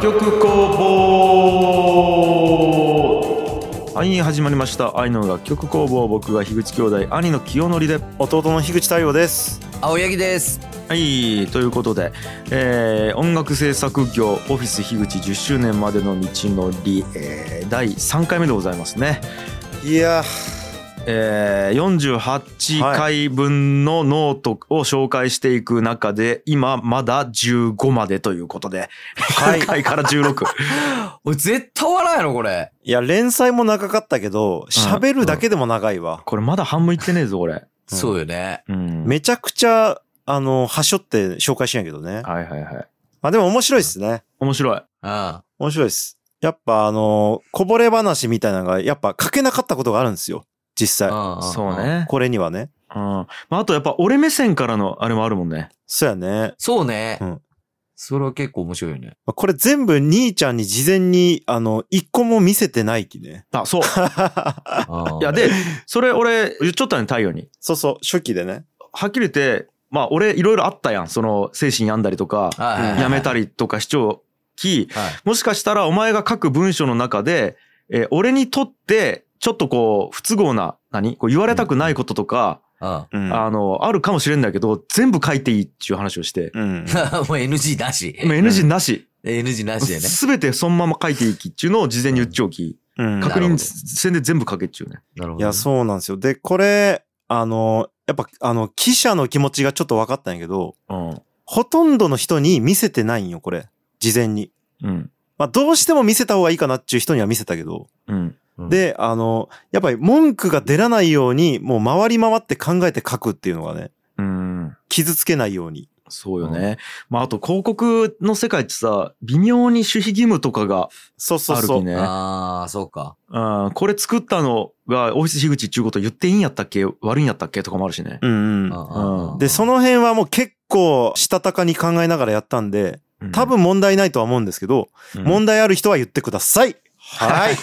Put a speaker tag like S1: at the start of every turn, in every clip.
S1: 力工房はい始まりました愛の楽曲工房僕が樋口兄弟兄の清則で
S2: 弟の樋口太陽です
S3: 青柳です
S1: はいということで、えー音楽制作業オフィス樋口10周年までの道のり、えー第3回目でございますね、
S2: いや
S1: えー48回分のノートを紹介していく中で、今まだ15までということで、
S2: はい
S1: 3回 から16。
S3: おい絶対終わらんやろこれ
S2: いや連載も長かったけど喋るだけでも長いわ、
S1: これまだ半分いってねえぞ、俺。
S2: うん
S3: そうよね
S1: うん。
S2: めちゃくちゃあの端折って紹介しんやけどね
S1: はいはいはい。
S2: まあでも面白いっすね
S1: 面白い。
S3: うんあ
S2: 面白いっすやっぱあのこぼれ話みたいなのがやっぱ書けなかったことがあるんですよ実際
S1: そうね。
S2: これにはね
S1: うん。まあ、あとやっぱ俺目線からのあれもあるもんね。
S2: そうやね
S3: そうね
S2: うん
S3: それは結構面白いよね
S2: これ全部兄ちゃんに事前にあの一個も見せてないきね
S1: あ、そう。い
S3: い
S1: や、で、それ俺言っちゃったね、太陽に。
S2: そうそう初期でね
S1: はっきり言って、まあ俺いろいろあったやん。その精神病んだりとか、
S3: はいはいはい
S1: やめたりとか主張き、
S3: はい
S1: もしかしたらお前が書く文章の中で、えー俺にとって、ちょっとこう、不都合な、何こう言われたくないこととか、
S3: うん
S2: うん
S1: あの、あるかもしれんだけど、全部書いていいっていう話をして、
S2: うん
S3: もう NG なし
S1: もう NG なし。
S3: NG なしでね
S1: すべてそのまま書いていきっていうのを事前に言っちゃおき、
S2: うん
S1: 確
S3: なるほ
S1: 認
S3: ど
S1: 戦で全部書けっちゅうね。
S3: なるほ
S2: い
S3: ど
S2: や、そうなんですよ。で、これ、あの、やっぱ、あの、記者の気持ちがちょっと分かったんやけど、
S1: うん。
S2: ほとんどの人に見せてないんよ、これ。事前に。
S1: うん。
S2: まあ、どうしても見せた方がいいかなっていう人には見せたけど。
S1: うん。
S3: うん
S2: で、あの、やっぱり文句が出らないように、もう回り回って考えて書くっていうのがね、
S1: うん。
S2: 傷つけないように。
S1: そうよね。まあ、あと広告の世界ってさ、微妙に守秘義務とかが
S2: そうそう
S1: ある
S2: そ
S1: き
S2: う。
S1: ね。
S3: ああそうか
S1: うん。これ作ったのがオフィス樋口っちゅうこと言っていいんやったっけ悪いんやったっけとかもあるしね。
S2: うん
S3: う
S2: うん。
S1: うん
S2: で、 その辺はもう結構、したたかに考えながらやったんで、多分問題ないとは思うんですけど、
S1: うん、
S2: 問題ある人は言ってください。はい。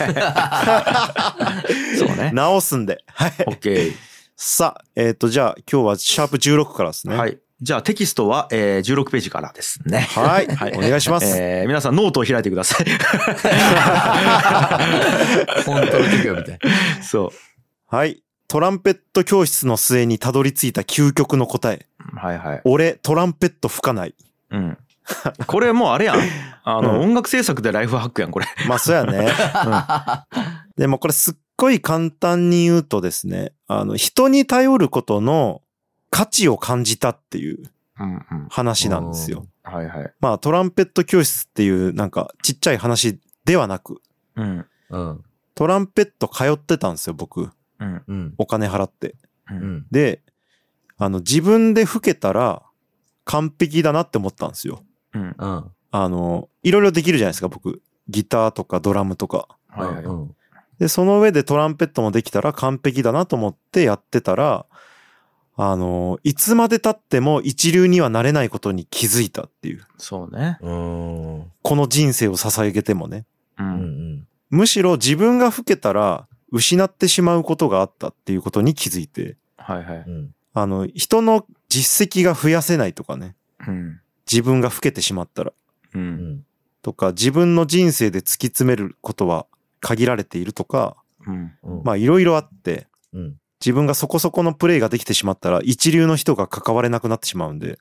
S1: そうね。
S2: 直すんで。はい。
S1: オッケ
S2: さあ、えっ、と、じゃあ、今日はシャープ16からです
S1: ー。
S2: ね。。
S1: はいい。じゃあテキストは、えー、16ページからです ね。
S2: はい。
S1: はい
S2: お願いします。
S1: えー皆さんノートを開いてくださ い。
S3: 本当の時はみたい
S1: そ
S2: はい。トランペット教室の末にたどり着いた究極の答え。
S1: う。はいはい。
S2: 俺、トランペット吹かない。
S1: うん。これもうあれやん。あの、
S2: うん
S1: 音楽制作でライフハックやん、これ。
S2: まあ、そうやね。
S3: な
S2: でも、これすっごい簡単に言うとですね、あの、人に頼ることの価値を感じたっていう
S1: うんうん。
S2: 話なんですよ。
S1: はいはい。
S2: まあ、トランペット教室っていうなんかちっちゃい話ではなく、
S1: うん。
S3: うん
S2: トランペット通ってたんですよ、僕。
S1: うん。
S3: うん
S2: お金払って。
S1: う。
S3: うんん
S2: で、あの、自分で吹けたら完璧だなって思ったんですよ。
S1: うん。
S3: うん
S2: あの、いろいろできるじゃないですか、僕。ギターとかドラムとか。
S1: はいはい。
S3: うん
S2: で、その上でトランペットもできたら完璧だなと思ってやってたら、あの、いつまで経っても一流にはなれないことに気づいたっていう。
S1: そうね。
S3: うんうん
S2: この人生を捧げてもね。
S1: う。
S3: うんん
S2: むしろ自分が吹けたら失ってしまうことがあったっていうことに気づいて、
S1: はいはい。
S3: うん
S2: あの、人の実績が増やせないとかね。
S1: うん。
S2: 自分が老けてしまったら
S1: う。
S3: うんん
S2: とか自分の人生で突き詰めることは限られているとか
S1: うん。
S3: うん
S2: まあいろいろあって
S3: うん
S2: 自分がそこそこのプレイができてしまったら一流の人が関われなくなってしまうんで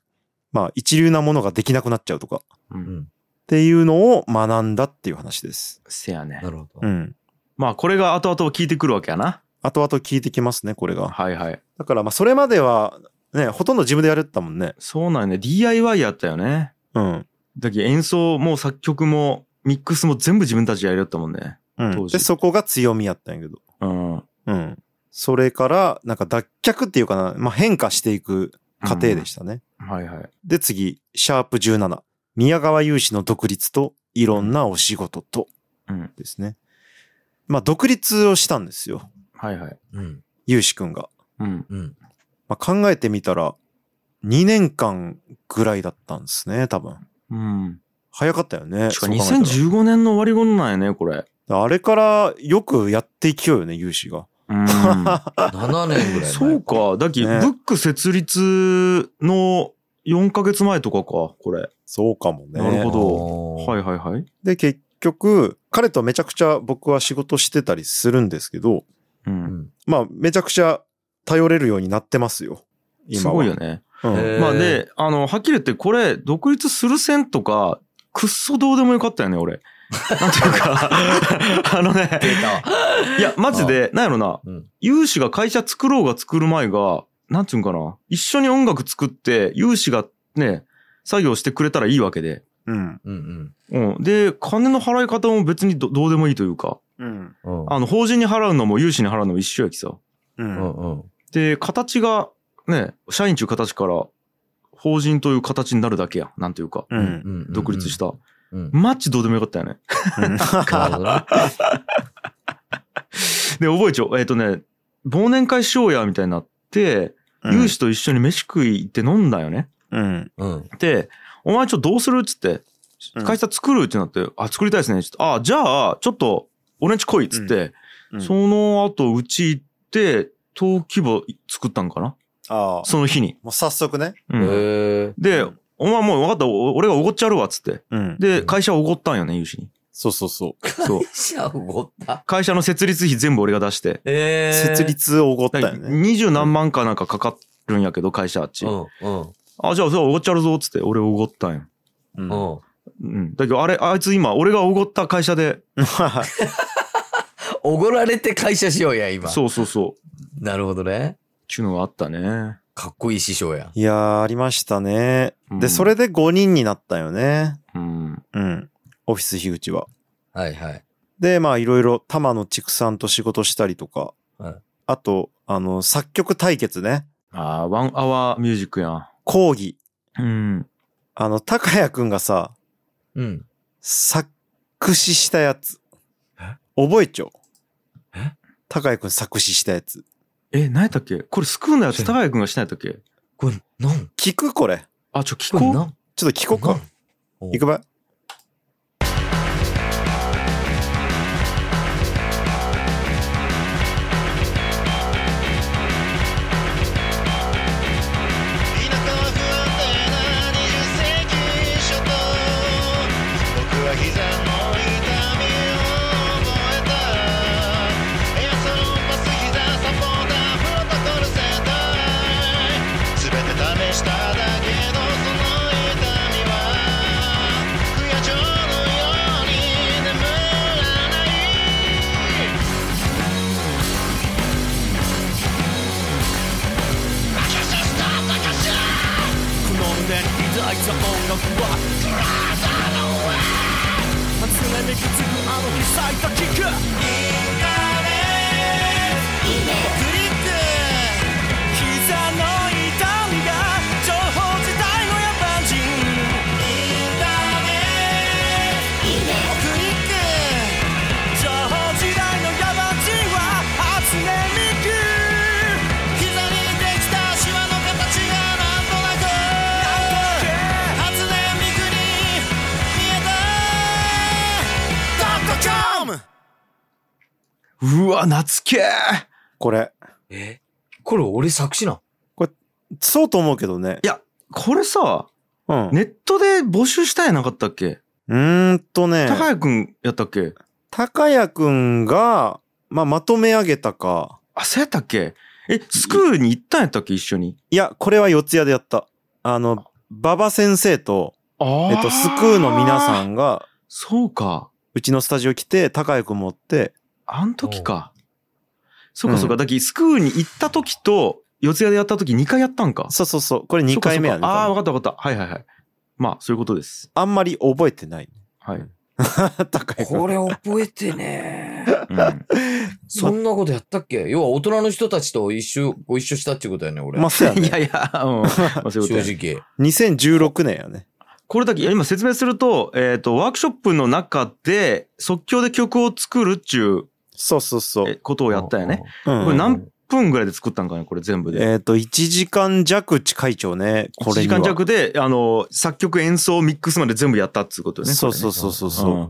S2: まあ一流なものができなくなっちゃうとかっ
S1: うん。
S2: ていうのを学んだっていう話です。
S1: せやね
S3: な。るほど
S2: うん。
S1: まあ、これが後々聞いてくるわけやな。
S2: 後々聞いてきますねこれが。
S1: はいはい。
S2: だからまあそれまではねほとんど自分でやれてたもんね。
S1: そうなんよね。DIY やったよね。
S2: うん。
S1: だけど演奏も作曲もミックスも全部自分たちでやりよったもんね。
S2: う
S1: 当
S2: ん、
S1: 時
S2: でそこが強みやったんやけど。
S1: うん。
S2: うん。それからなんか脱却っていうかな、まあ、変化していく過程でしたね。
S1: はいはい。
S2: で、次、シャープ17。宮川雄志の独立といろんなお仕事と
S1: うん。
S2: ですね。まあ、独立をしたんですよ。
S1: はいはい。
S3: うん
S2: 雄志くんが。
S1: うん。
S3: うん
S2: まあ、考えてみたら、2年間ぐらいだったんですね、多分。
S1: うん。
S2: 早かったよね。
S1: しか
S2: そう考えたら
S1: 2015年の終わり頃なんやね、これ。
S2: あれからよくやっていきようよね、雄志が。
S1: うん。
S3: 7年ぐらい前
S1: そうか。だき、
S2: ね
S1: ブック設立の4ヶ月前とかか、これ。
S2: そうかもね。
S1: なるほど。
S3: あー
S1: はいはいはい。
S2: で、結局、彼とめちゃくちゃ僕は仕事してたりするんですけど、
S1: う。
S3: うんん
S2: まあ、めちゃくちゃ頼れるようになってますよ。今は。
S1: すごいよね。
S2: うん。
S3: へー
S1: まあで、あの、はっきり言って、これ、独立する線とか、くっそどうでもよかったよね、俺。 なんていうか、 あのね、
S3: 出た。
S1: いや、マジで、なんやろな、
S3: うん
S1: 有志が会社作ろうが作る前が、なんていうんかな、一緒に音楽作って、有志がね、作業してくれたらいいわけで。
S2: うん。
S3: うん
S1: うん。で、金の払い方も別にどどうでもいいというか、
S2: うん。
S3: うん。
S1: あの、法人に払うのも有志に払うのも一緒やきさ。
S2: う。
S3: うんんうん。
S1: で、形が、ね、社員中形から、法人という形になるだけや、なんていうか、
S2: う。
S3: うんんうん
S1: 独立し。た。
S3: うん。
S1: マッチどうでもよかったよね。
S3: なるほどな
S1: で、覚えちょ、えっ、とね、忘年会しようや、みたいになって、有志と一緒に飯食い行って飲んだよね。
S2: うん。
S3: うん。
S1: で、お前ちょっとどうするっつって
S2: う、ん
S1: 会社作るってなって、あ、作りたいですね。ちょっとあ、じゃあ、ちょっと、俺んち来いっつって、
S2: うん
S1: その後、うち行って、登記簿作ったんかな
S2: ああ。
S1: その日に。
S2: もう早速ね。
S1: うん
S3: へえ。
S1: で、お前もう分かった、お俺がおごっちゃるわっつって。
S2: うん。
S1: で、会社おごったんよね、融資に。
S2: そうそうそう。
S1: そう。
S3: 死者おごった。
S1: 会社の設立費全部俺が出して。
S3: ええ。
S2: 設。立をおごったよね。
S1: 二十何万かなんかかかるんやけど、会社あっち
S3: う。んうん
S1: あ、じゃあ、そうおごっちゃるぞっつって、俺おごったんよ。
S2: うん
S3: うん。
S1: うん。だけど、あれ、あいつ今、俺がおごった会社で、
S3: おごられて会社しようや、今。
S1: そうそうそう。
S3: なるほどね。
S1: ちゅうのがあったね。
S3: かっこいい師匠や。
S2: いやー、ありましたね。
S1: う
S2: で、
S1: ん
S2: それで5人になったよね。
S1: うん。
S2: うん。オフィス樋口は。
S3: はいはい。
S2: で、まあ、いろいろ、玉野畜産と仕事したりとか
S3: はい。
S2: あと、あの、作曲対決ね。
S1: ああ、ワンアワーミュージックやん。
S2: 講義。
S1: うん。
S2: あの、高谷くんがさ、
S3: うん。
S2: 作詞したやつ
S3: え。
S2: 覚えちょ
S3: え。
S2: 高谷くん作詞したやつ。
S1: え、何やったっけこれスクールのやつ、高谷くんがしないやったっけ
S3: これ、なん
S2: 聞くこれ。
S1: あ、ちょ、聞
S3: これ、
S1: こう。
S3: なん
S2: ちょっと聞こうか。
S3: お
S2: 行くばい。
S4: 港は不安定な20世紀初頭僕は膝の痛みを覚えたエアソロンパス膝サポータープロトコル世代全て試しただけどその痛みは不夜城のように眠らない「膝にできたシワの形がなんとなく」「初音ミクに見えた」「ドットコム」
S1: うわ、懐けー
S2: これ。
S3: えこれ、俺作詞なん。
S2: そうと思うけどね。
S1: これさ、
S2: うん。
S1: ネットで募集したんやなかったっけ
S2: うーんとね。
S1: 高谷くんやったっけ
S2: 高谷くんが、まあ、まとめ上げたか。
S1: あ、そうやったっけえ、スクールに行ったんやったっけ一緒に。
S2: いや、これは四谷でやった。あの、馬場先生と、
S1: ああ
S2: えっと、スクーの皆さ
S1: ん。
S2: んが、
S1: そうか。
S2: うちのスタジオ来て、高谷くん持って、
S1: あん時か。そうかそう
S2: う
S1: か。だけどスクールに行った時と、四谷でやった時2回やったんか。
S2: そうそうそう、これ2回目や
S1: そうかそう
S2: ね。
S1: かああ、
S2: 多
S1: わ
S2: 分
S1: かったわかった。はいはいはい。まあ、そういうことです。
S2: あんまり覚えてない。
S1: はい。
S2: 高谷くん。
S3: これ覚えてねえ。
S1: うん
S3: そんなことやったっけ要は大人の人たちと一緒、ご一緒したっていうことやね、俺。
S2: まあ、そうや
S1: い
S2: ね。
S1: やいや、うん。ま あそういうこと
S3: 正
S1: や
S3: 直。
S2: 2016年やね。
S1: これだけ、いや今説明すると、えっ、と、ワークショップの中で即興で曲を作るっちゅ
S2: そうそうそうう。
S1: ことをやったよね。
S2: うん
S1: これ何分ぐらいで作ったんかねこれ全部で。
S2: えっ、と、1時間弱地会長ね、こ
S1: 1
S2: れ
S1: 時
S2: には。
S1: 間弱で、あの、作曲、演奏、ミックスまで全部やったっつうことよね。
S2: そうそううそうそう
S1: こ
S2: そう、
S1: れね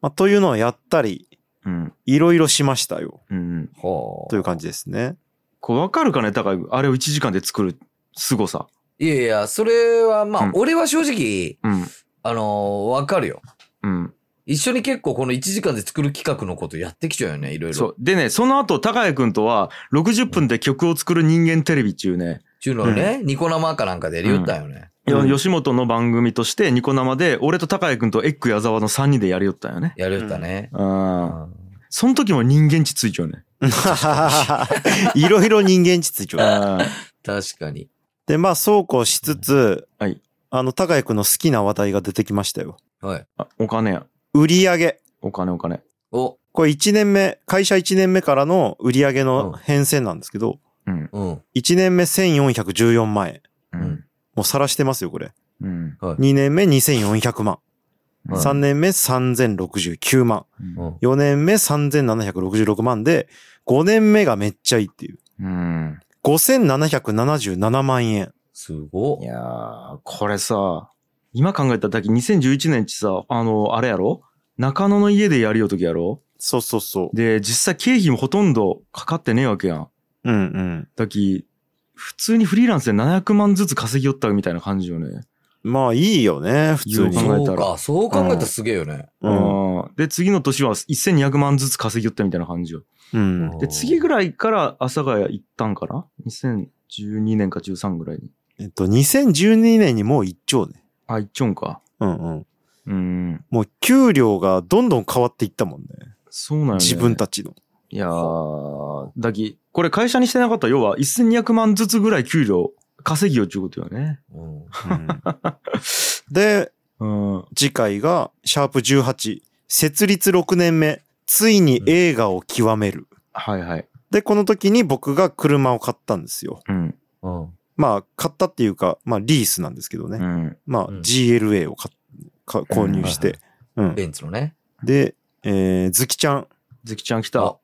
S2: まあ。というのをやったり、
S1: うん。
S2: いろいろしましたよ。
S1: うん。
S3: はあ。
S2: という感じで すね。
S1: こう、わかるかね高井君あれを1時間で作る凄さ。
S3: いやいや、それはまあ、
S1: うん
S3: 俺は正直、
S1: うん。
S3: あのーわかるよ。
S1: うん。
S3: 一緒に結構この1時間で作る企画のことやってきちゃうよね、いろいろ。
S1: そう。でね、その後、高谷くんとは、60分で曲を作る人間テレビっていうね、
S3: っていうのはね、ニコ生かなんかで言ったよね。
S1: よ
S2: うん
S1: 吉本の番組として、ニコ生で、俺と高谷くんとエッグ矢沢の3人でやりよったんよね。
S3: やりよったね。
S1: うん。
S3: うん
S1: その時も人間地ついちゃうね。
S2: いろいろ人間秩序。
S1: う
S3: 確かに。
S2: で、まあ、そうこうしつつ、
S1: はい
S2: あの、高谷くんの好きな話題が出てきましたよ。
S3: はい。
S1: んお金や。
S2: 売り上げ。
S1: お金お金。
S3: お、
S2: これ1年目、会社1年目からの売り上げの変遷なんですけど、
S1: うん。
S3: うん。
S2: 1年目1414万円。
S1: うん。
S2: もう晒してますよ、これ。
S1: うん。
S2: 2年目2400万。
S1: うん
S2: 3年目3069万。
S3: うん
S2: 4年目3766万で、5年目がめっちゃいいっていう。
S1: うん。
S2: 5777万円。
S3: すご
S1: い。やー、これさ、今考えただけ2011年ちさ、あの、あれやろ中野の家でやりよときやろ
S2: そうそうそ
S1: で、実際経費もほとんどかかってねえわけやん。
S2: う。うんうん。
S1: だき、普通にフリーランスで700万ずつ稼ぎよったみたいな感じよね。
S2: まあいいよね、普通
S1: いい
S2: に
S1: よ。
S3: そ
S1: 考えた
S3: う
S1: ら
S3: か。そう考えたらすげえよね。
S2: うん。
S1: うん。で、次の年は1200万ずつ稼ぎよったみたいな感じよ。
S2: うん。
S1: で、次ぐらいから阿佐ヶ谷行ったんかな ?2012 年か13ぐらいに。
S2: えっと、2012年にもう1兆ね。
S1: あ、一丁か。
S2: うんうん。
S1: うん。
S2: もう給料がどんどん変わっていったもんね。
S1: そうなんよね。
S2: 自分たちの。
S1: いやー、だき、これ会社にしてなかったら、要は1200万ずつぐらい給料稼ぎよっちゅうことよね。
S3: うん。
S2: で、
S1: うん。
S2: 次回が、シャープ18、設立6年目、ついに映画を極める。
S1: はいはい。
S2: で、この時に僕が車を買ったんですよ。
S1: うん。
S3: うん。
S2: まあ、買ったっていうか、まあ、リースなんですけどね。
S1: うん。
S2: まあ、
S3: うん
S2: GLA を買っか購入して。うん。
S3: ベンツのね。
S2: で、えー、ズキちゃん。
S1: ずきちゃん来
S3: あ
S1: た。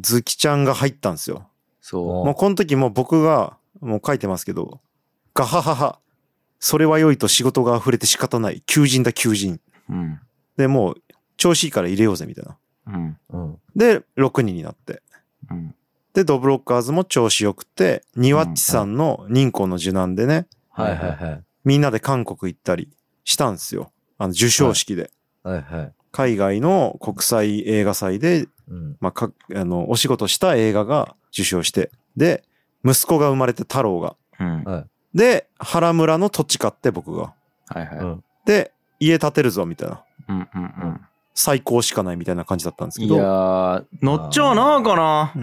S2: ズキちゃんが入ったんですよ。
S1: そ
S3: お
S2: もうこの時もう僕が、もう書いてますけど、ガハハハ。それは良いと仕事が溢れて仕方ない。求人だ、求人。
S1: う。うん。
S2: で、もう、調子いいから入れようぜ、みたいな。
S1: うん。
S3: うん。
S2: で、6人になって。
S1: うん。
S2: で、ドブロッカーズも調子良くて、ニワッチさんの任校の受難でね、
S3: はいはいはい。
S2: みんなで韓国行ったりしたんですよ。あの、受賞式で。
S3: はいはい。
S2: 海外の国際映画祭で、
S3: うん。
S2: まあ、か、あの、お仕事した映画が受賞して、で、息子が生まれて太郎が。
S1: うん。
S3: はい
S2: で、原村の土地買って僕が。
S1: はいはい。
S3: う
S1: うんん
S2: で、家建てるぞ、みたいな。
S1: うんうん。
S2: 最高しかないみたいな感じだったんですけ
S1: いや
S2: ど。
S1: ー、乗っちゃうなあかな。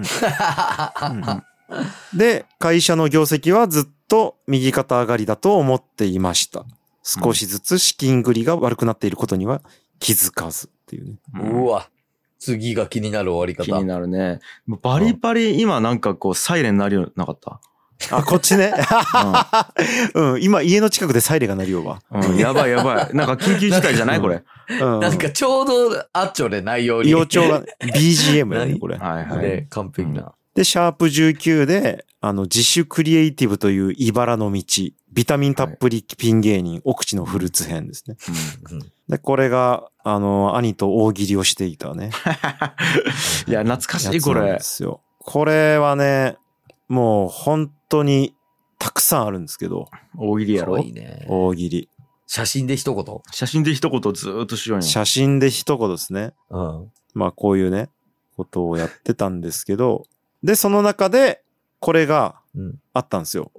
S2: で、会社の業績はずっと右肩上がりだと思っていました。少しずつ資金繰りが悪くなっていることには気づかずっていうね。
S1: うん
S3: うわ。次が気になる終わり
S1: 気
S3: 方
S1: に。なるね。バリバリ今なんかこうサイレンなるようなか った。
S2: あ、こっちね。うん、今家の近くでサイレが鳴るようわ。
S1: うん、やばいやばい。なんか緊急事態じゃないこれ。
S2: うん。
S3: なんかちょうどあっちょね、内容に。
S2: 幼鳥が BGM やね、
S3: 何
S2: これ。
S1: はいはい。
S3: ね、完璧な。
S2: で、シャープ19で、あの、自主クリエイティブという茨の道、ビタミンたっぷりピン芸人、奥地のフルーツ編ですね。
S3: うん
S2: で、これが、あの、兄と大喜利をしていたね。
S1: いや、懐かしいこ
S2: やつなん
S1: れ
S2: で。すよ。これはね、もう本当にたくさんあるんですけど、
S1: 大喜利や
S3: 可
S1: ろ
S3: 愛い。ね。
S2: 大喜利。
S3: 写真で一言。
S1: 写真で一言ずーっとしようよ。
S2: 写真で一言ですね。
S3: うん。
S2: まあこういうね、ことをやってたんですけど、で、その中で、これが
S3: うん
S2: あったんですよ。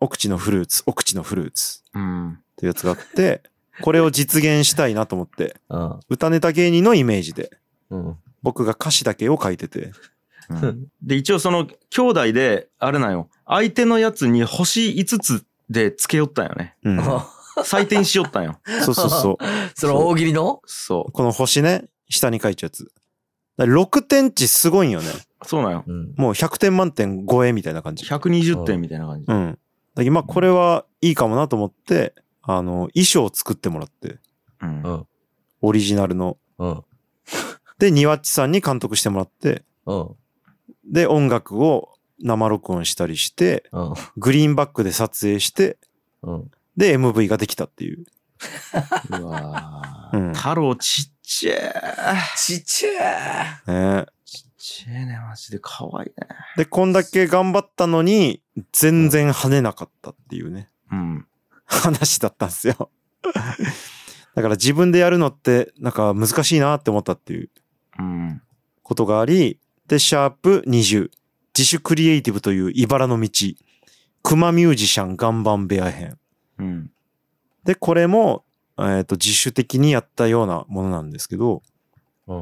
S2: お口のフルーツ、お口のフルーツ
S1: うん。
S2: っていうやつがあって、 これを実現したいなと思って、
S3: うん。
S2: 歌ネタ芸人のイメージで、
S3: うん。
S2: 僕が歌詞だけを書いてて、
S1: うんで、一応その、兄弟で、あれなんよ。相手のやつに星5つで付け寄ったんよね。
S2: うん、
S1: 採点しよったん よ。
S2: そうそうそう。
S3: その大喜利の
S1: そ
S2: この星ね、下に書いちゃうやつ。だから6点値すごいんよね。
S1: う。そうなんよ。
S3: うん。
S2: もう100点満点超えみたいな感じ。
S1: 120点みたいな感じ
S2: う。ん。だけどまあこれはいいかもなと思って、あの、衣装を作ってもらって、
S1: うん
S3: うん
S2: オリジナルの。
S3: うん。
S2: で、ニワッチさんに監督してもらって、
S3: うん。
S2: で、音楽を生録音したりして、
S3: うん。
S2: グリーンバックで撮影して、
S3: うん。
S2: で、MV ができたっていう。
S1: うわ
S2: うん
S1: ー太郎ちっちゃい。
S3: ちっちゃ
S2: ね、
S1: ちっちゃいね、マジで。可愛いね。
S2: で、こんだけ頑張ったのに、全 然跳ねなかったっていうね。
S1: うん。
S2: 話だったんですよ。 だから自分でやるのって、なんか難しいなって思ったっていう
S1: うん。
S2: ことがあり、で、シャープ20、自主クリエイティブという茨の道、熊ミュージシャン岩盤部屋編。
S1: うん。
S2: で、これも、えっ、と、自主的にやったようなものなんですけど、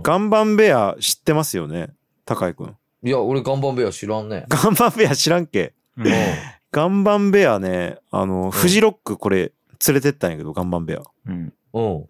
S2: 岩盤ベア知ってますよね高井くん。
S3: いや、俺、岩盤部屋知らんね。
S2: 岩盤ベア知らんけ
S1: うん
S3: うん。
S2: 岩盤ベアね、あの、フジロックこれ連れてったんやけど、岩盤ベア。
S1: うん。
S3: うん。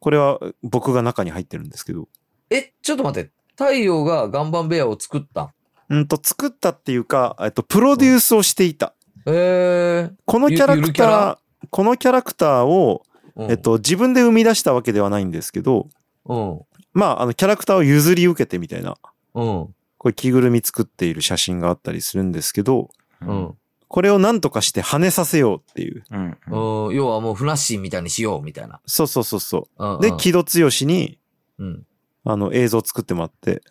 S2: これは僕が中に入ってるんですけど。
S3: え、ちょっと待って。太陽が岩盤部屋を作った。
S2: うんと、作ったっていうか、えっと、プロデュースをしていた。
S3: え
S2: このキャラ
S3: ゆゆ
S2: ク
S3: るキャラ
S2: ター、このキャラクターを、
S3: え
S2: えっ。と、自分で生み出したわけではないんですけど、
S3: うん。
S2: まあ、あの、キャラクターを譲り受けてみたいな、
S3: うん。
S2: これ着ぐるみ作っている写真があったりするんですけど、
S3: う。ん。
S2: これをなんとかして跳ねさせようっていう。
S1: うん。
S3: うん。要はもう、フラッシーみたいにしよう、みたいな。
S2: そうそうそうそう。
S3: うん。
S2: で
S3: う、ん
S2: 木戸剛に、
S3: うん。
S2: あの、映像を作ってもらって、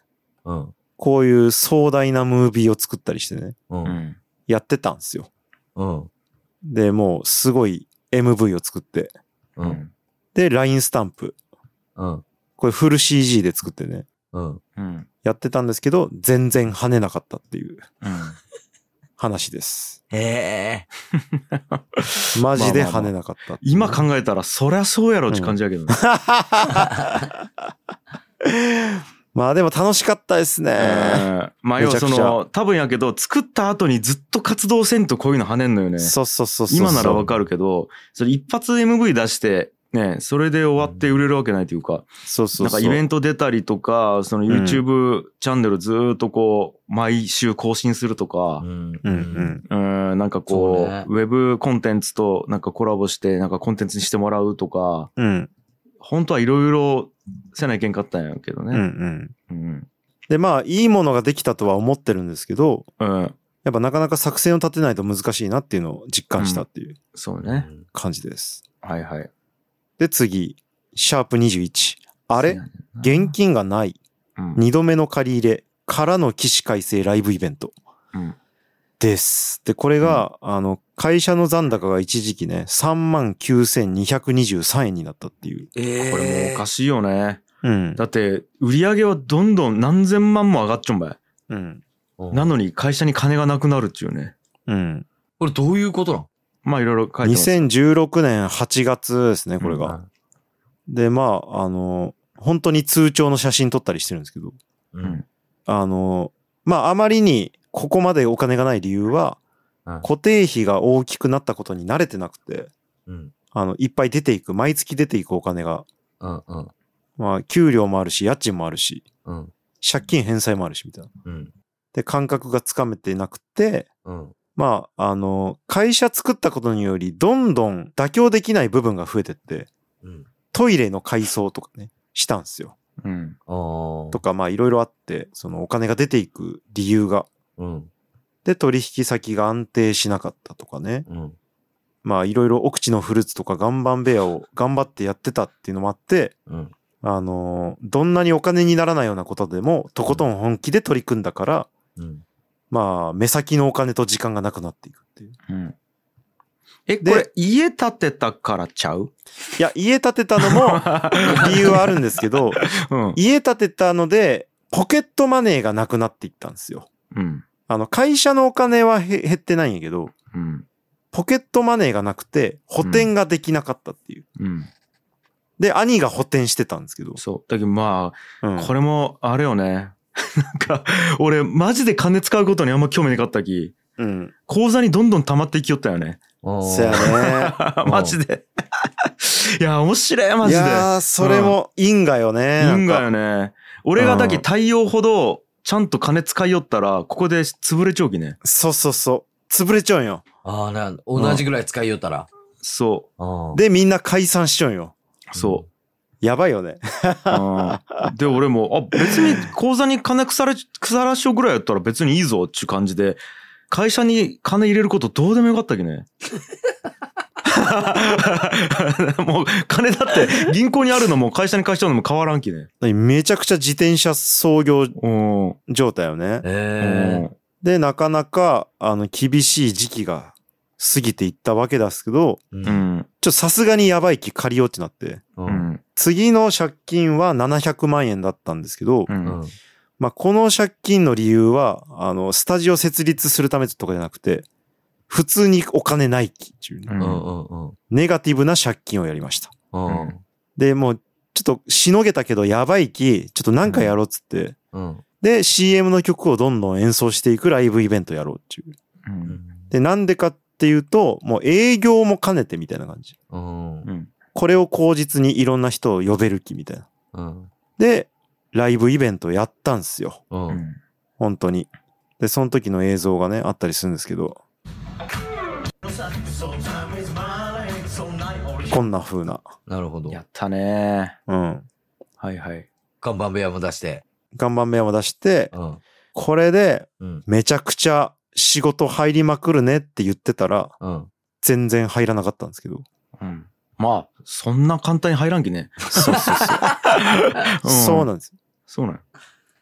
S3: うん。
S2: こういう壮大なムービーを作ったりしてね、
S3: う。
S1: うんん。
S2: やってたんですよ。
S3: うん。
S2: で、もう、すごい MV を作って、
S3: う。
S1: うんん。
S2: で、LINE スタンプ。
S3: うん。
S2: これフル CG で作ってね、
S3: うん。
S1: うん。
S2: やってたんですけど、全然跳ねなかったっていう
S1: うん。
S2: 話です。
S3: へえ。
S2: マジで
S1: まあまあ
S2: 跳
S1: まあ
S2: ねなかったっていうね、
S1: 今考えたら、そりゃそうやろって感じやけどね。
S2: まあでも楽しかったです
S1: え
S2: ね。
S1: ーまあ、要はそ
S2: めちゃく
S1: の、多分やけど、作った後にずっと活動せんとこういうの跳ねんのよね。
S2: そうそうそうそう。
S1: 今ならわかるけど、それ一発 MV 出して、ね、それで終わって売れるわけないというか、
S2: そうそ
S1: な
S2: うん
S1: か
S2: そう。
S1: イベント出たりとか、その YouTube チャンネルずーっとこう、毎週更新するとか
S3: う、ん。
S2: うんうん。
S1: うん、なんかこ
S3: そうね
S1: う、ウェブコンテンツとなんかコラボして、なんかコンテンツにしてもらうとか、
S2: うん
S1: 本当はいろいろせないけんかったんやけど
S2: うんう
S1: ね。
S2: ん。
S1: うん。
S2: で、まあいいものができたとは思ってるんですけど、
S1: うん。
S2: やっぱなかなか作戦を立てないと難しいなっていうのを実感したっていう
S1: そう
S3: う
S1: ね。
S3: ん。
S2: 感じです。
S1: はいはい。
S2: で、次、シャープ21。あ
S1: あ
S2: れ現金がない。
S1: うん。
S2: 二度目の借り入れからの起死回生ライブイベント
S1: うん
S2: です。で、これが、あの、会社の残高が一時期ね、39,223円になったっていう。
S3: ええ。
S1: これもうおかしいよね。
S2: うん。
S1: だって、売り上げはどんどん何千万も上がっちょんばい。
S2: うん。
S3: うん
S1: なのに会社に金がなくなるっちゅうね。
S2: うん。
S3: これどういうことなん
S1: まあいろいろ書いてます。
S2: 2016年8月ですね、これ
S1: う
S2: が。で、まあ、あの、本当に通帳の写真撮ったりしてるんですけど、
S1: う
S3: う
S1: ん。
S2: あの、まあ、あまりにここまでお金がない理由は
S3: うん、
S2: 固定費が大きくなったことに慣れてなくて、
S3: うん。
S2: あの、いっぱい出ていく、毎月出ていくお金が
S3: うん。うん。
S2: まあ、給料もあるし、家賃もあるし、
S3: うん。
S2: 借金返済もあるし、みたいな。
S3: うん。
S2: で、感覚がつかめてなくて、
S3: うん。
S2: まあ、あの、会社作ったことにより、どんどん妥協できない部分が増えてって、
S3: うん。
S2: トイレの改装とかね、したんですよ。
S1: うん。
S3: ああ。
S2: とか、まあ、いろいろあって、そのお金が出ていく理由が。
S3: うん。
S2: で、取引先が安定しなかったとかね。
S3: うん。
S2: まあ、いろいろ奥地のフルーツとか岩盤ベアを頑張ってやってたっていうのもあって、
S3: うん。
S2: あの、どんなにお金にならないようなことでも、とことん本気で取り組んだから、
S3: うん。
S2: まあ、目先のお金と時間がなくなっていくっていう。
S1: うん。え、こ
S2: で
S1: れ家建てたからちゃう
S2: いや、家建てた のも理由はあるんですけど、
S1: うん。
S2: 家建てたので、ポケットマネーがなくなっていったんですよ。
S1: うん。
S2: あの、会社のお金はへ減ってないんやけど、
S1: うん。
S2: ポケットマネーがなくて、補填ができなかったっていう。
S1: うん。
S2: で、兄が補填してたんですけど、
S1: そう。だけどま
S2: うん
S1: あ、これもあれよね。 なんか、俺マジで金使うことにあんま興味なかったき、
S2: うん。
S1: 口座にどんどん溜まっていきよったよ ね。
S2: そやね。
S1: マジで。いや、面白 い、マ
S2: い
S1: ジで。
S2: やー、それも因果よね。
S1: 因果よ
S2: ね。
S1: ね。俺がだけ
S2: うん
S1: 太陽ほど、ちゃんと金使いよったら、ここで潰れちょうきね。
S2: そうそうそう。潰れちゃうんよ。
S3: ああ、な、同じぐらい使いよったら。
S1: そ
S3: うん、
S2: で、みんな解散しちゃうんよ。
S1: う。そう。
S2: やばいよね。
S1: うんで、俺も、あ、別に口座に金腐ら、腐らしようぐらいやったら別にいいぞっていう感じで、会社に金入れることどうでもよかったっけね。 もう金だって銀行にあるのも会社に貸しちゃうのも変わらんきね。
S2: めちゃくちゃ自転車操業
S1: うん。う
S2: 状態よね。
S3: ええ
S1: ん
S2: で、なかなか、あの、厳しい時期が過ぎていったわけですけど、
S1: う。ん。
S2: ちょっとさすがにやばい気借りようってなって、
S1: う
S4: うん。
S1: ん。
S2: 次の借金は700万円だったんですけど、
S1: うん。
S2: まあ、この借金の理由は、あの、スタジオ設立するためとかじゃなくて、普通にお金ないっていうね、
S4: うん。うん。うん。
S2: ネガティブな借金をやりました。
S4: うん。
S2: で、もう、ちょっとしのげたけどやばいき、ちょっと何かやろうっつって、
S4: うん。
S2: で、CM の曲をどんどん演奏していくライブイベントやろうっていう。
S1: うん。
S2: で、なんでかっていうと、もう営業も兼ねてみたいな感じ。
S4: う
S1: う
S4: ん。
S1: ん。
S2: これを口実にいろんな人を呼べる気みたいな。
S4: うん。
S2: で、ライブイベントやったんすよ。
S4: うん。
S2: 本当に。で、その時の映像がね、あったりするんですけど。こんな風な。
S4: なるほど。
S1: やったね
S2: うん。
S1: はいはい。
S4: 看板部屋も出して。
S2: 看板目を出して、
S4: うん。
S2: これで
S4: うん。
S2: めちゃくちゃ仕事入りまくるねって言ってたら、
S4: うん。
S2: 全然入らなかったんですけど。
S1: うん。まあ、そんな簡単に入らんきね。
S2: そ うそうそう。そうなんです。
S1: そうなんよ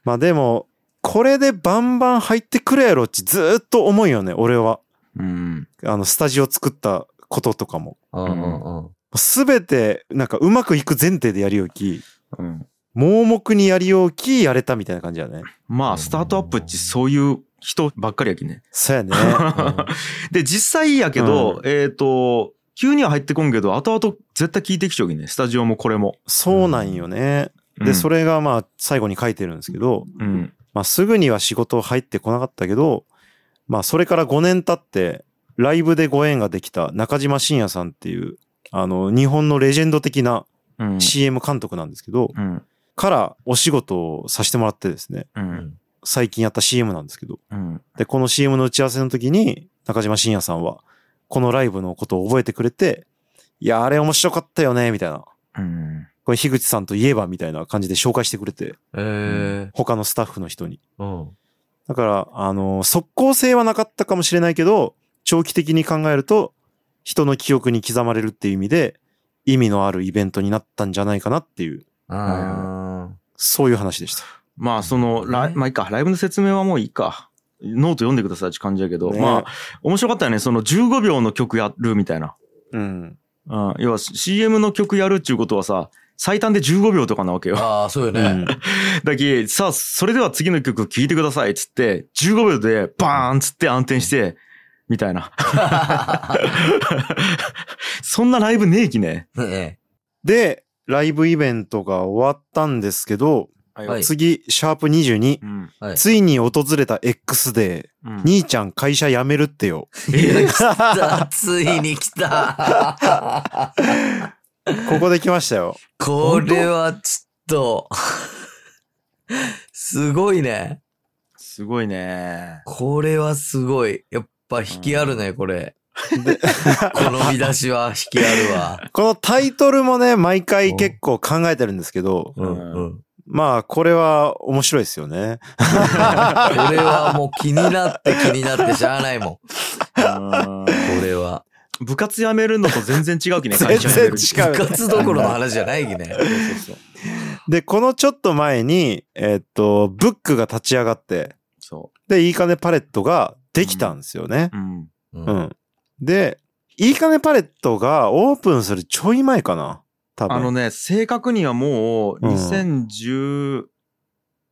S2: まあでも、これでバンバン入ってくれやろってずーっと思うよね、俺は。
S1: うん。
S2: あの、スタジオ作ったこととかも。
S4: うん。うん。
S2: すべて、なんかうまくいく前提でやりおき、
S1: うん。
S2: 盲目にやりおき、やれたみたいな感じだね。
S1: まあ、スタートアップっちそういう人ばっかりやきね。
S2: そ うやね。
S1: で、実際やけど、
S2: う
S1: えっ、と、急には入ってこんけど、後々絶対聞いてきちゃうきね。スタジオもこれも。
S2: そうなんよね。で、そ
S1: れ。
S2: れがまあ、最後に書いてるんですけど、
S1: うん。
S2: まあ、すぐには仕事入ってこなかったけど、まあ、それから5年経って、ライブでご縁ができた中島信也さんっていう、あの、日本のレジェンド的な
S1: うん。
S2: CM 監督なんですけど、
S1: うん。
S2: からお仕事をさせてもらってですね、
S1: うん。
S2: 最近やった CM なんですけど、
S1: うん。
S2: で、この CM の打ち合わせの時に、中島信也さんは、このライブのことを覚えてくれて、いや、あれ面白かったよね、みたいな。
S1: うん。
S2: これ、樋口さんといえば、みたいな感じで紹介してくれて、
S4: ええ。
S2: 他のスタッフの人に。
S4: うん。
S2: だから、あの、即効性はなかったかもしれないけど、長期的に考えると、人の記憶に刻まれるっていう意味で、意味のあるイベントになったんじゃないかなっていう、
S4: あ
S2: そういう話でした。
S1: まあ、その、ライまあいいか、ライブの説明はもういいか。ノート読んでくださいって感じやけど、
S2: ね
S1: まあ、面白かったよね。その15秒の曲やるみたいな。
S2: うん。
S1: うん、要は CM の曲やるっていうことはさ、最短で15秒とかなわけよ。
S4: あ。ああ、そうよ
S2: う
S4: ね。
S2: ん、
S1: だけさあ、それでは次の曲聴いてくださいっつって、15秒でバーンっつって暗転して、みたいな。 そんなライブねえきね。
S4: ね
S2: で、ライブイベントが終わったんですけど、
S1: は
S4: はい
S2: 次、シャープ22
S1: う。ん。
S4: はい
S2: ついに訪れた X デ
S1: う
S2: ー、
S1: ん、
S2: 兄ちゃん会社辞めるってよ。
S1: え
S4: さあついに来た。
S2: ここで来ましたよ。
S4: これはちょっと、すごいね。
S1: すごいね。
S4: これはすごい。やっぱ引きあるね、これ。この見出しは引きあるわ。
S2: このタイトルもね、毎回結構考えてるんですけど、
S4: うんうん。
S2: まあ、これは面白いですよね。
S4: これはもう気になって気になってしゃあないもん。これは。
S1: 部活辞めるのと全然違うきね、
S2: 全
S1: 会社辞め
S2: 然
S1: る
S2: 違
S4: 部
S2: う。
S4: 活どころの話じゃないきね。
S2: で、このちょっと前に、えっと、ブックが立ち上がって、
S1: そ
S2: で、いいかねパレットができたんですよね
S1: う。。うん。
S4: う。
S2: うんん。で、いいかねパレットがオープンするちょい前かな。多分。
S1: あのね、正確にはもう、
S2: うん
S1: 2017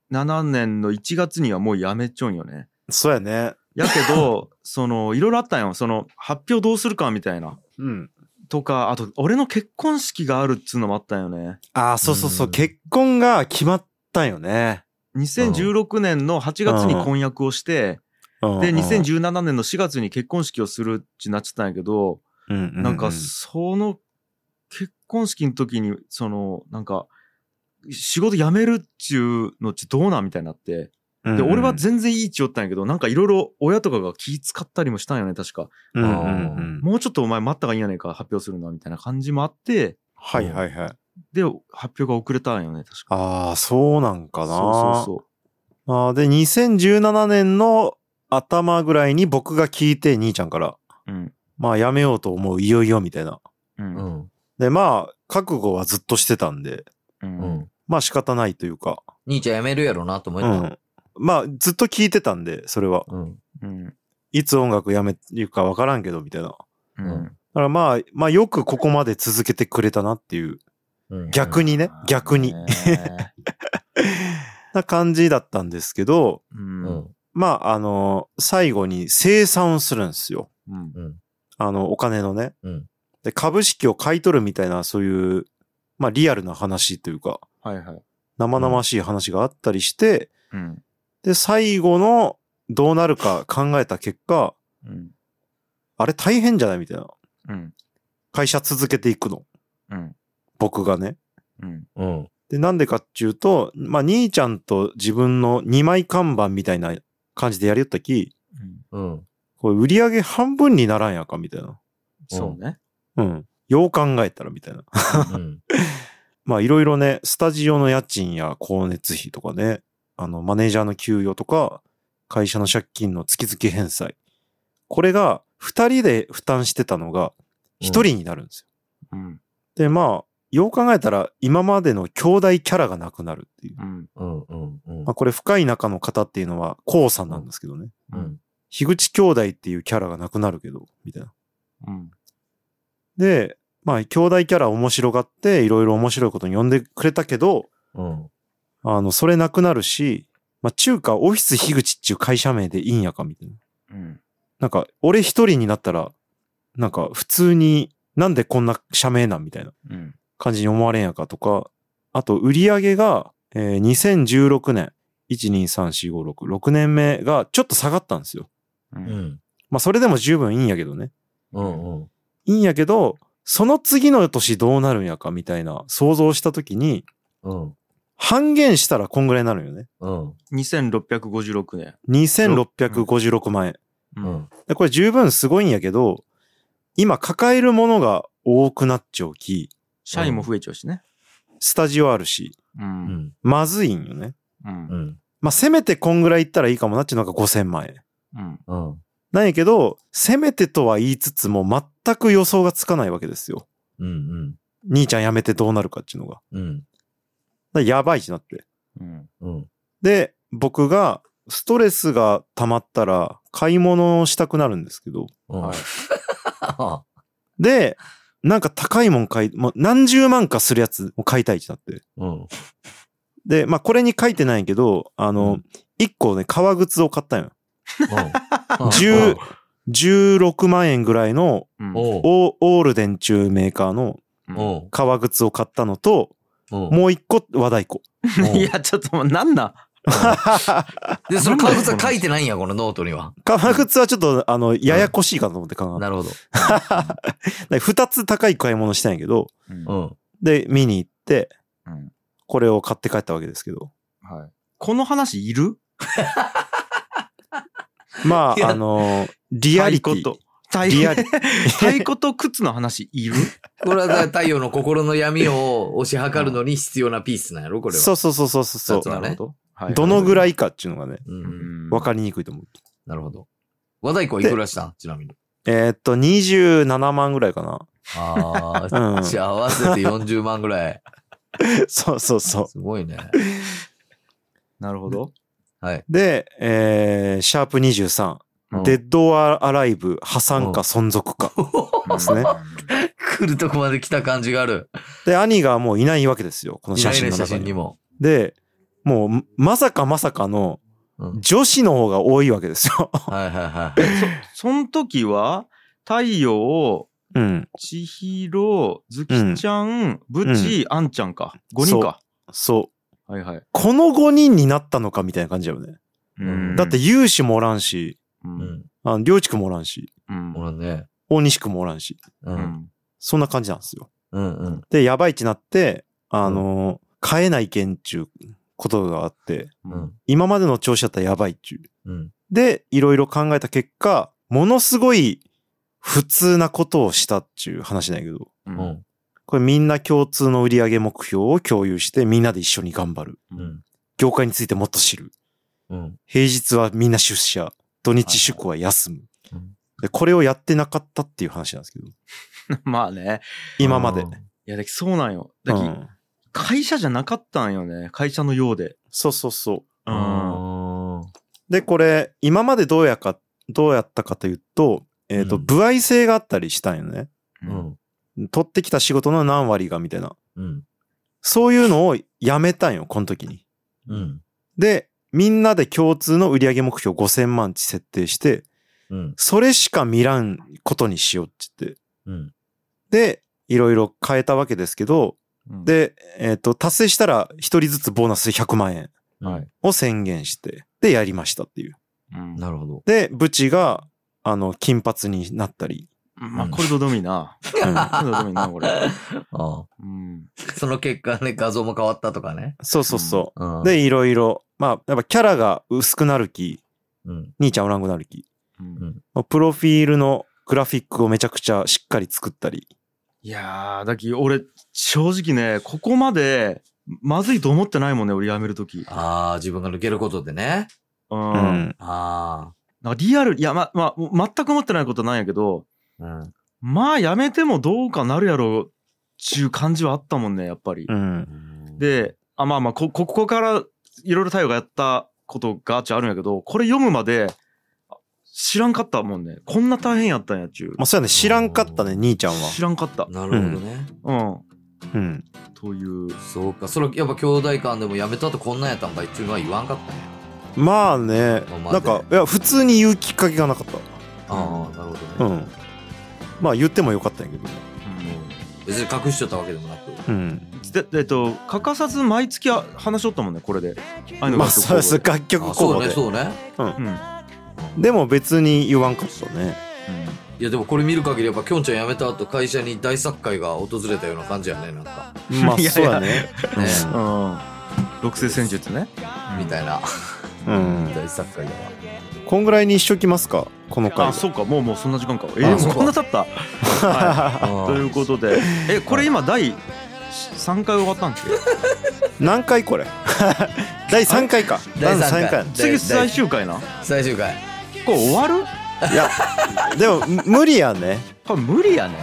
S1: 年の1月にはもうやめちょんよね。
S2: そうやね。
S1: やけど、 その、いろいろあったんよ。その、発表どうするかみたいな。
S2: うん。
S1: とか、あと、俺の結婚式があるっつうのもあったんよね。
S2: ああ、そうそうそうう。
S4: ん
S2: 結婚が決まったんよね。
S1: 2016年の8月に婚約をして、
S2: うん
S1: で、2017年の4月に結婚式をするってなっちゃったんやけど、
S2: うん
S1: なんか、
S2: う
S1: その、結婚式の時に、その、なんか、仕事辞めるっちゅうのってどうなんみたいになって。
S2: うん
S1: で、俺は全然いい位置おったんやけど、なんかいろいろ親とかが気使ったりもしたんよね、確か。
S2: うんうんうん
S1: もうちょっとお前待ったがいいんやねんか、発表するのはみたいな感じもあって、
S2: はいはいはい。
S1: で、発表が遅れたんよね、確か。
S2: ああ、そうなんかな。
S1: そうそう
S2: あーで、2017年の頭ぐらいに僕が聞いて、兄ちゃんから、
S1: そう。うん。
S2: まあやめようと思う、いよいよみたいな。
S1: う。
S4: うんん。
S2: で、まあ、覚悟はずっとしてたんで、
S1: う。
S4: うんん。
S2: まあ仕方ないというか、
S4: 兄ちゃんやめるやろなと思っ
S2: う
S4: た。
S2: ん。まあ、ずっと聞いてたんで、それは。
S4: うん。
S1: うん。
S2: いつ音楽やめるかわからんけど、みたいな。だ
S1: うん
S2: からまあ、まあよくここまで続けてくれたなっていう、逆にね、逆 に、な感じだったんですけど、
S1: う
S3: うんん。
S2: まあ、あの、最後に清算をするんですよ。
S1: うん
S2: あの、お金のね。
S3: うん
S2: で、株式を買い取るみたいな、そういう、まあ、リアルな話というか、
S1: はいはい
S2: 生々しい話があったりして、
S1: うん
S2: で、最後のどうなるか考えた結果、
S1: うん
S2: あれ大変じゃないみたいな。
S1: うん
S2: 会社続けていくの。
S1: うん
S2: 僕がね。
S1: うん
S3: うん。
S2: で、なんでかっていうと、まあ、兄ちゃんと自分の2枚看板みたいな感じでやりよったき、
S1: うん
S3: うん。
S2: これ売り上げ半分にならんやか、みたいな。
S1: そうね
S2: うん。よう考えたら、みたいな。
S3: うん。
S2: まあいろいろね、スタジオの家賃や光熱費とかね、あの、マネージャーの給与とか、会社の借金の月々返済。これが、二人で負担してたのが、一人になるんですよ。
S1: うん
S2: で、まあ、よう考えたら、今までの兄弟キャラがなくなるっていう。
S1: うん
S3: うん。うん。うん
S2: まあこれ、深い仲の方っていうのは、こうさんなんですけどね。
S1: うん
S2: 樋口兄弟っていうキャラがなくなるけど、みたいな。
S1: うん
S2: で、まあ、兄弟キャラ面白がって、いろいろ面白いことに呼んでくれたけど、
S3: うん。
S2: あの、それなくなるし、まあ、中華オフィス樋口っちゅう会社名でいいんやか、みたいな。
S1: うん
S2: なんか、俺一人になったら、なんか、普通に、なんでこんな社名なんみたいな
S1: うん
S2: 感じに思われんやかとか、あと、売り上げが、えー2016年、1234566、6年目がちょっと下がったんですよ。
S1: う
S3: うんん。
S2: まあ、それでも十分いいんやけどね。
S3: うん。
S2: いいんやけど、その次の年どうなるんやか、みたいな想像したときに、
S3: うん。
S2: 半減したらこんぐらいになるんよね。
S3: うん。
S1: 2656年
S2: 2656万円。
S1: う
S3: うん。
S2: でこれ十分すごいんやけど、今抱えるものが多くなっちゃうき、
S1: 社員も増えちゃうしね
S2: スタジオあるし、
S1: う
S3: うんん。
S2: まずいんよね。
S1: うん
S3: うん。
S2: まあ、せめてこんぐらいいったらいいかもなっていうのが5000万円。
S1: うん
S3: うん。
S2: なんやけど、せめてとは言いつつも全く予想がつかないわけですよ。
S3: うん。
S2: 兄ちゃん辞めてどうなるかっていうのが。だか
S3: うん。
S2: らやばいってなって。
S1: うん
S3: うん。
S2: で、僕がストレスが溜まったら買い物をしたくなるんですけど、
S3: はい。
S2: で、なんか高いもん買い、もう何十万かするやつを買いたいってなって。
S3: うん。
S2: で、まあ、これに書いてないけど、あ
S3: う
S2: の、一個ね、革靴を買ったんよ。
S3: 十
S2: 16万円ぐらいの、
S1: うん
S3: おう
S2: オーオールデン中メーカーの
S1: うん
S3: おう
S2: 革靴を買ったのと、
S3: おう
S2: もう一個、和太鼓。
S1: いやちょっともうなんなん
S3: で、その革靴は書いてないんや、このノートには。
S2: 革靴はちょっと、あの、ややこしいかと思って考え
S3: なるほど。
S2: た。二つ高い買い物したんやけど、
S3: うん。
S2: で、見に行って、
S1: うん
S2: これを買って帰ったわけですけど。
S1: はいこの話いる
S2: ま
S3: い
S2: あ、
S3: や
S2: あの、リアリテ
S1: 太鼓
S2: ィ
S1: と。太
S2: リアリ
S1: 鼓 太鼓と靴の話 いる
S3: これはだから太陽の心の闇を推し量るのに必要なピースなんやろ、これは。
S2: そうそうそうそうそう。
S3: そうだね
S1: ど。はい
S2: どのぐらいかっていうのがね、
S3: う。
S1: うんん
S2: わかりにくいと思う。
S3: なるほど。和太鼓はいくらしたんちなみに。
S2: えーっと、27万ぐらいかな。
S3: あ
S2: う
S3: あ、
S2: ん
S3: じゃあ合わせて40万ぐらい。
S2: そうそうそ
S3: すごいね。
S1: なるほど。
S3: はい。
S2: う。で、えー、シャープ23、
S1: うん
S2: デッド・オア・アライブ、破産か存続か。ですね
S3: 来るとこまで来た感じがある。
S2: で、兄がもういないわけですよ、この
S3: いな
S2: 写
S3: い
S2: 真
S3: ね、
S2: の
S3: 写
S2: 中
S3: 真に
S2: に。
S3: も。
S2: で、もう、まさかまさかの、
S3: うん
S2: 女子の方が多いわけですよ。
S3: はいはいはい。
S1: その時は、太陽、
S2: うん。
S1: 千尋、ずきちゃん、ぶち、あんちゃんか。5人か。
S2: そう。
S1: はいはい。
S2: この5人になったのかみたいな感じだよね。
S3: うん
S2: だって、、勇志もおらんし、
S1: う。
S3: うんん。
S2: あの、りょうちくんもおらんし、
S1: うん
S3: ほらね。
S2: 大西くんもおらんし、
S3: う。
S1: うんん。
S2: そんな感じなんですよ。
S3: うんうん。
S2: で、やばいってなって、あのー変えないけんっちゅうことがあって、
S1: う
S3: うんん。
S2: 今までの調子だったらやばいっちゅう。
S3: うん。
S2: で、いろいろ考えた結果、ものすごい普通なことをしたっちゅう話なんやけど、
S1: う。
S3: うんん。
S2: これみんな共通の売り上げ目標を共有してみんなで一緒に頑張る。
S3: うん。
S2: 業界についてもっと知る。
S3: うん。
S2: 平日はみんな出社。土日祝は休む
S3: はいうん。
S2: で、これをやってなかったっていう話なんですけど、
S1: まあね。
S2: 今まで。
S1: いや、だきそうなんよ。
S2: う
S1: だき、
S2: ん、
S1: 会社じゃなかったんよね。会社のようで。
S2: そうそうそう。
S3: うん。
S2: で、これ、今までどうやかどうやったかというと、えっ、と、
S5: うん
S2: 歩合制があったりしたんよね。
S5: うん。
S2: 取ってきた仕事の何割がみたいな。
S5: うん。
S2: そういうのをやめたんよ、この時に。
S5: うん。
S2: で、みんなで共通の売上目標5000万値設定して、
S5: うん。
S2: それしか見らんことにしようって言って。
S5: うん。
S2: で、いろいろ変えたわけですけど、
S1: うん、
S2: で、えっ、と、達成したら一人ずつボーナスで100万円
S5: はい。
S2: を宣言して、で、やりましたっていう。
S1: うん
S5: なるほど。
S2: で、ブチが、あの、金髪になったり。
S1: まあこれどうでもいいな。
S2: う
S1: こ
S2: ん
S1: れどうでもいいなこれ。
S5: あ
S1: うん。
S3: その結果ね、画像も変わったとかね。
S2: そうそうそ
S5: あ。
S2: う。、で、いろいろ。まあ、やっぱキャラが薄くなるき、
S5: うん。
S2: 兄ちゃんおらんくなるき。
S1: うん
S2: プロフィールのグラフィックをめちゃくちゃしっかり作ったり。
S1: いやーだき俺正直ねここまでまずいと思ってないもんね俺辞める時。
S3: ああ、自分が抜けることでね。
S1: うん。
S2: う
S1: なん
S2: ん。
S3: あ
S1: かリアルいやままあ全く思ってないことないんやけど、
S3: あ、うん。
S1: まあ辞めてもどうかなるやろうっちゅう感じはあったもんねやっぱり。
S2: うん。
S1: で、あまあまあこ、ここからいろいろ太陽がやったことがあっちゃあるんやけど、これ読むまであ知らんかったもんね。こんな大変やったんやっちゅう
S2: まあ、。そうやね。知らんかったね、兄ちゃんは
S1: 知。らんかった。
S3: なるほどね。
S1: うん。
S2: うん。
S1: という。
S3: そうか。それ、やっぱ兄弟間でもやめたとこんなんやったんかいっていうのは言わんかったね。
S2: まあね
S3: まあ、まあ
S2: なんか、いや、普通に言うきっかけがなかっ
S3: ああ、なるほどね。
S2: た。うん。まあ、言ってもよかったんやけどね。
S3: 別に隠しちゃったわけでもなく。
S2: うん。
S1: ででえっと、欠かさず毎月あ話しとったもんね、これで。あ
S2: まあ、そうです。楽曲
S3: あ
S2: 公
S3: そう
S2: 募
S3: ね、
S2: で。
S3: そうね。
S1: うん。うん。
S2: でも別に言わんかったね。
S3: いや、でもこれ見る限り、やっぱきょんちゃん辞めた後、会社に大作会が訪れたような感じやね、なんか。
S2: まあ
S1: いやいや
S2: そうやね。
S3: ね
S1: うん。六星戦術ね。
S3: みたいな。
S2: うん。うん
S3: 大作会だわ。
S2: こんぐらいにしときますかこの回
S1: あ、
S2: は。
S1: そうか、もうもうそんな時間か。え
S3: あ
S1: ー、
S3: そ
S1: もう
S3: うか
S1: こんな経った。
S3: あー
S1: ということで。え、これ今第3回終わったんですけ
S2: 何回これ 第3回 か。
S3: 第3回
S2: 第三や
S1: 次
S3: 第
S1: 最終回な。
S3: 最終回。
S1: これ終わる
S2: いや、でも無理やね。
S1: これ無理やね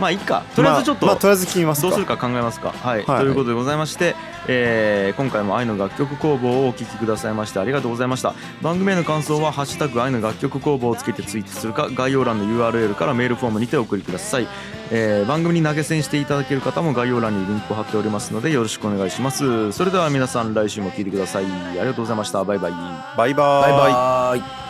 S1: まあいいかとりあえずちょっと、
S2: まあ、まあとりあえず聞きます
S1: ど
S2: か。
S1: うするか考えますかはい、
S2: はい
S1: ということでございまして、えー今回も愛の楽曲工房をお聴きくださいましてありがとうございました番組への感想は「ハッシュタグ愛の楽曲工房」をつけてツイートするか概要欄の URL からメールフォームにてお送りください、えー番組に投げ銭していただける方も概要欄にリンクを貼っておりますのでよろしくお願いしますそれでは皆さん来週も聴いてくださいありがとうございましたバイバイ
S2: バイバー
S3: バイ
S2: イ。
S3: バーイ。